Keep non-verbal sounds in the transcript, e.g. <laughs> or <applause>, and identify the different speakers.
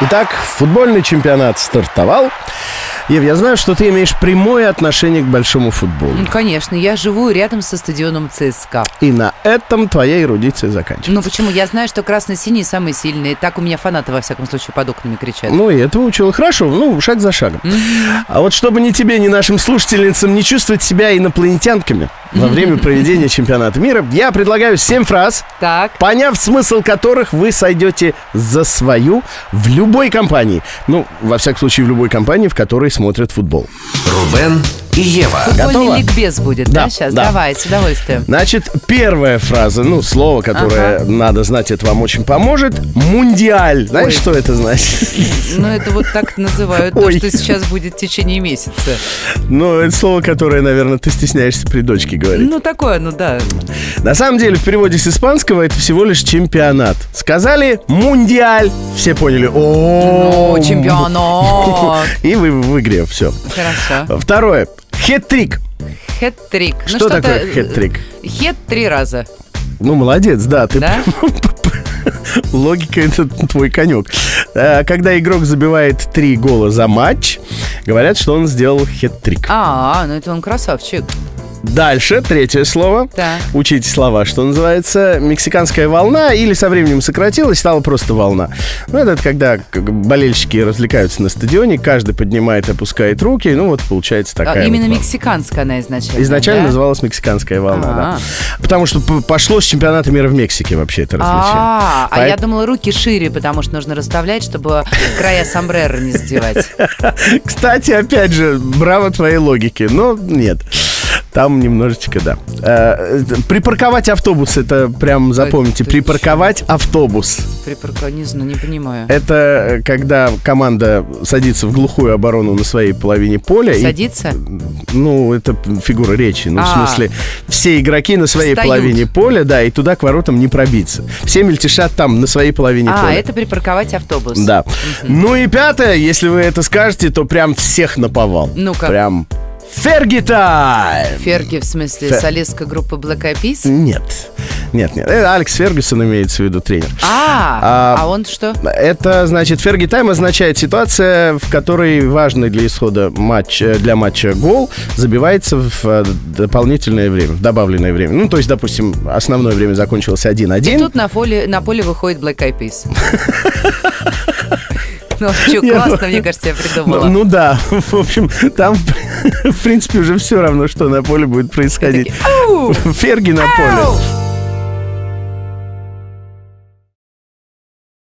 Speaker 1: Итак, футбольный чемпионат стартовал. Ев, я знаю, что ты имеешь прямое отношение к большому футболу.
Speaker 2: Ну, конечно, я живу рядом со стадионом ЦСКА.
Speaker 1: И на этом твоя эрудиция заканчивается.
Speaker 2: Ну почему? Я знаю, что красно-синие самые сильные. Так у меня фанаты, во всяком случае, под окнами кричат.
Speaker 1: Ну, и этого учил. Хорошо, ну, шаг за шагом. А вот чтобы ни тебе, ни нашим слушательницам не чувствовать себя инопланетянками во время проведения чемпионата мира, я предлагаю 7 фраз,
Speaker 2: Так,
Speaker 1: поняв смысл которых вы сойдете за свою в любой компании. Ну, во всяком случае, в любой компании, в которой смотрят футбол.
Speaker 3: Рубен и Ева.
Speaker 1: готова?
Speaker 2: футбольный ликбез будет, да,
Speaker 1: Да,
Speaker 2: сейчас?
Speaker 1: да.
Speaker 2: Давай,
Speaker 1: <laughs>
Speaker 2: с удовольствием.
Speaker 1: Значит, первая фраза, ну, слово, которое надо знать, это вам очень поможет. Мундиаль. Знаешь,
Speaker 2: Ой.
Speaker 1: что это значит? <laughs>
Speaker 2: Ну, это вот так называют то,
Speaker 1: Ой.
Speaker 2: что сейчас будет в течение месяца.
Speaker 1: Ну, это слово, которое, наверное, ты стесняешься при дочке говорить.
Speaker 2: Ну, такое, ну да.
Speaker 1: На самом деле, в переводе с испанского это всего лишь чемпионат. Сказали мундиаль. Все поняли. О,
Speaker 2: О,
Speaker 1: Ну,
Speaker 2: чемпионат.
Speaker 1: <laughs> И вы в игре, все.
Speaker 2: Хорошо.
Speaker 1: Второе. Хет-трик.
Speaker 2: Хет-трик. Ну,
Speaker 1: Ну Что э,
Speaker 2: что-то-
Speaker 1: такое хет-трик?
Speaker 2: Хет три раза.
Speaker 1: Ну, молодец, да, ты <laughs>
Speaker 2: Да?
Speaker 1: Логика это твой конек. Э, Когда игрок забивает три гола за матч, говорят, что он сделал хет-трик.
Speaker 2: А, ну это он красавчик.
Speaker 1: Дальше, третье слово.
Speaker 2: Так.
Speaker 1: Учите слова, что называется. Мексиканская волна или со временем сократилась, стала просто волна. Ну, это когда как бы, болельщики развлекаются на стадионе, каждый поднимает и опускает руки, ну вот получается
Speaker 2: А,
Speaker 1: такая вот
Speaker 2: Именно
Speaker 1: волна.
Speaker 2: мексиканская она изначально.
Speaker 1: Изначально
Speaker 2: да?
Speaker 1: называлась «Мексиканская волна», да.
Speaker 2: А.
Speaker 1: Потому что п- пошло с чемпионата мира в Мексике вообще это развлечение.
Speaker 2: А, а
Speaker 1: Поэт-
Speaker 2: я думала, руки шире, потому что нужно расставлять, чтобы края сомбреро
Speaker 1: <laughs>
Speaker 2: не задевать.
Speaker 1: Кстати, опять же, браво твоей логике, но нет. Там немножечко, да. Э, э, Припарковать автобус, это прям запомните.
Speaker 2: ты
Speaker 1: Припарковать автобус.
Speaker 2: Припарка- Не знаю, не понимаю.
Speaker 1: Это э, когда команда садится в глухую оборону на своей половине поля. и,
Speaker 2: Садиться?
Speaker 1: ну, это фигура речи. Ну, в
Speaker 2: А.
Speaker 1: смысле, все игроки на своей
Speaker 2: Встают.
Speaker 1: половине поля, да, и туда к воротам не пробиться. Все мельтешат там, на своей половине
Speaker 2: А,
Speaker 1: поля.
Speaker 2: это припарковать автобус.
Speaker 1: Да. Ну и пятое, если вы это скажете, то прям всех наповал.
Speaker 2: Ну-ка.
Speaker 1: Прям Ферги тайм!
Speaker 2: Ферги, в смысле,
Speaker 1: Фе-
Speaker 2: солистка группы Black Eyed Peas?
Speaker 1: Нет, нет, нет. Э, Алекс Фергюсон имеется в виду тренер. А,
Speaker 2: А, а он что?
Speaker 1: Это, значит, Ферги тайм означает ситуация, в которой важный для исхода матч, э, для матча гол забивается в э, дополнительное время, в добавленное время. Ну, то есть, допустим, основное время закончилось 1-1.
Speaker 2: И тут на поле, на поле выходит Black
Speaker 1: <laughs>
Speaker 2: Eyed Peas. Ну, чё,
Speaker 1: Я
Speaker 2: классно,
Speaker 1: думаю-
Speaker 2: мне кажется, я
Speaker 1: Ну,
Speaker 2: придумала.
Speaker 1: ну да, <laughs> в общем, там, <laughs> в принципе, уже все равно, что на поле будет происходить.
Speaker 2: Ау!
Speaker 1: Ферги на поле.
Speaker 2: Ау!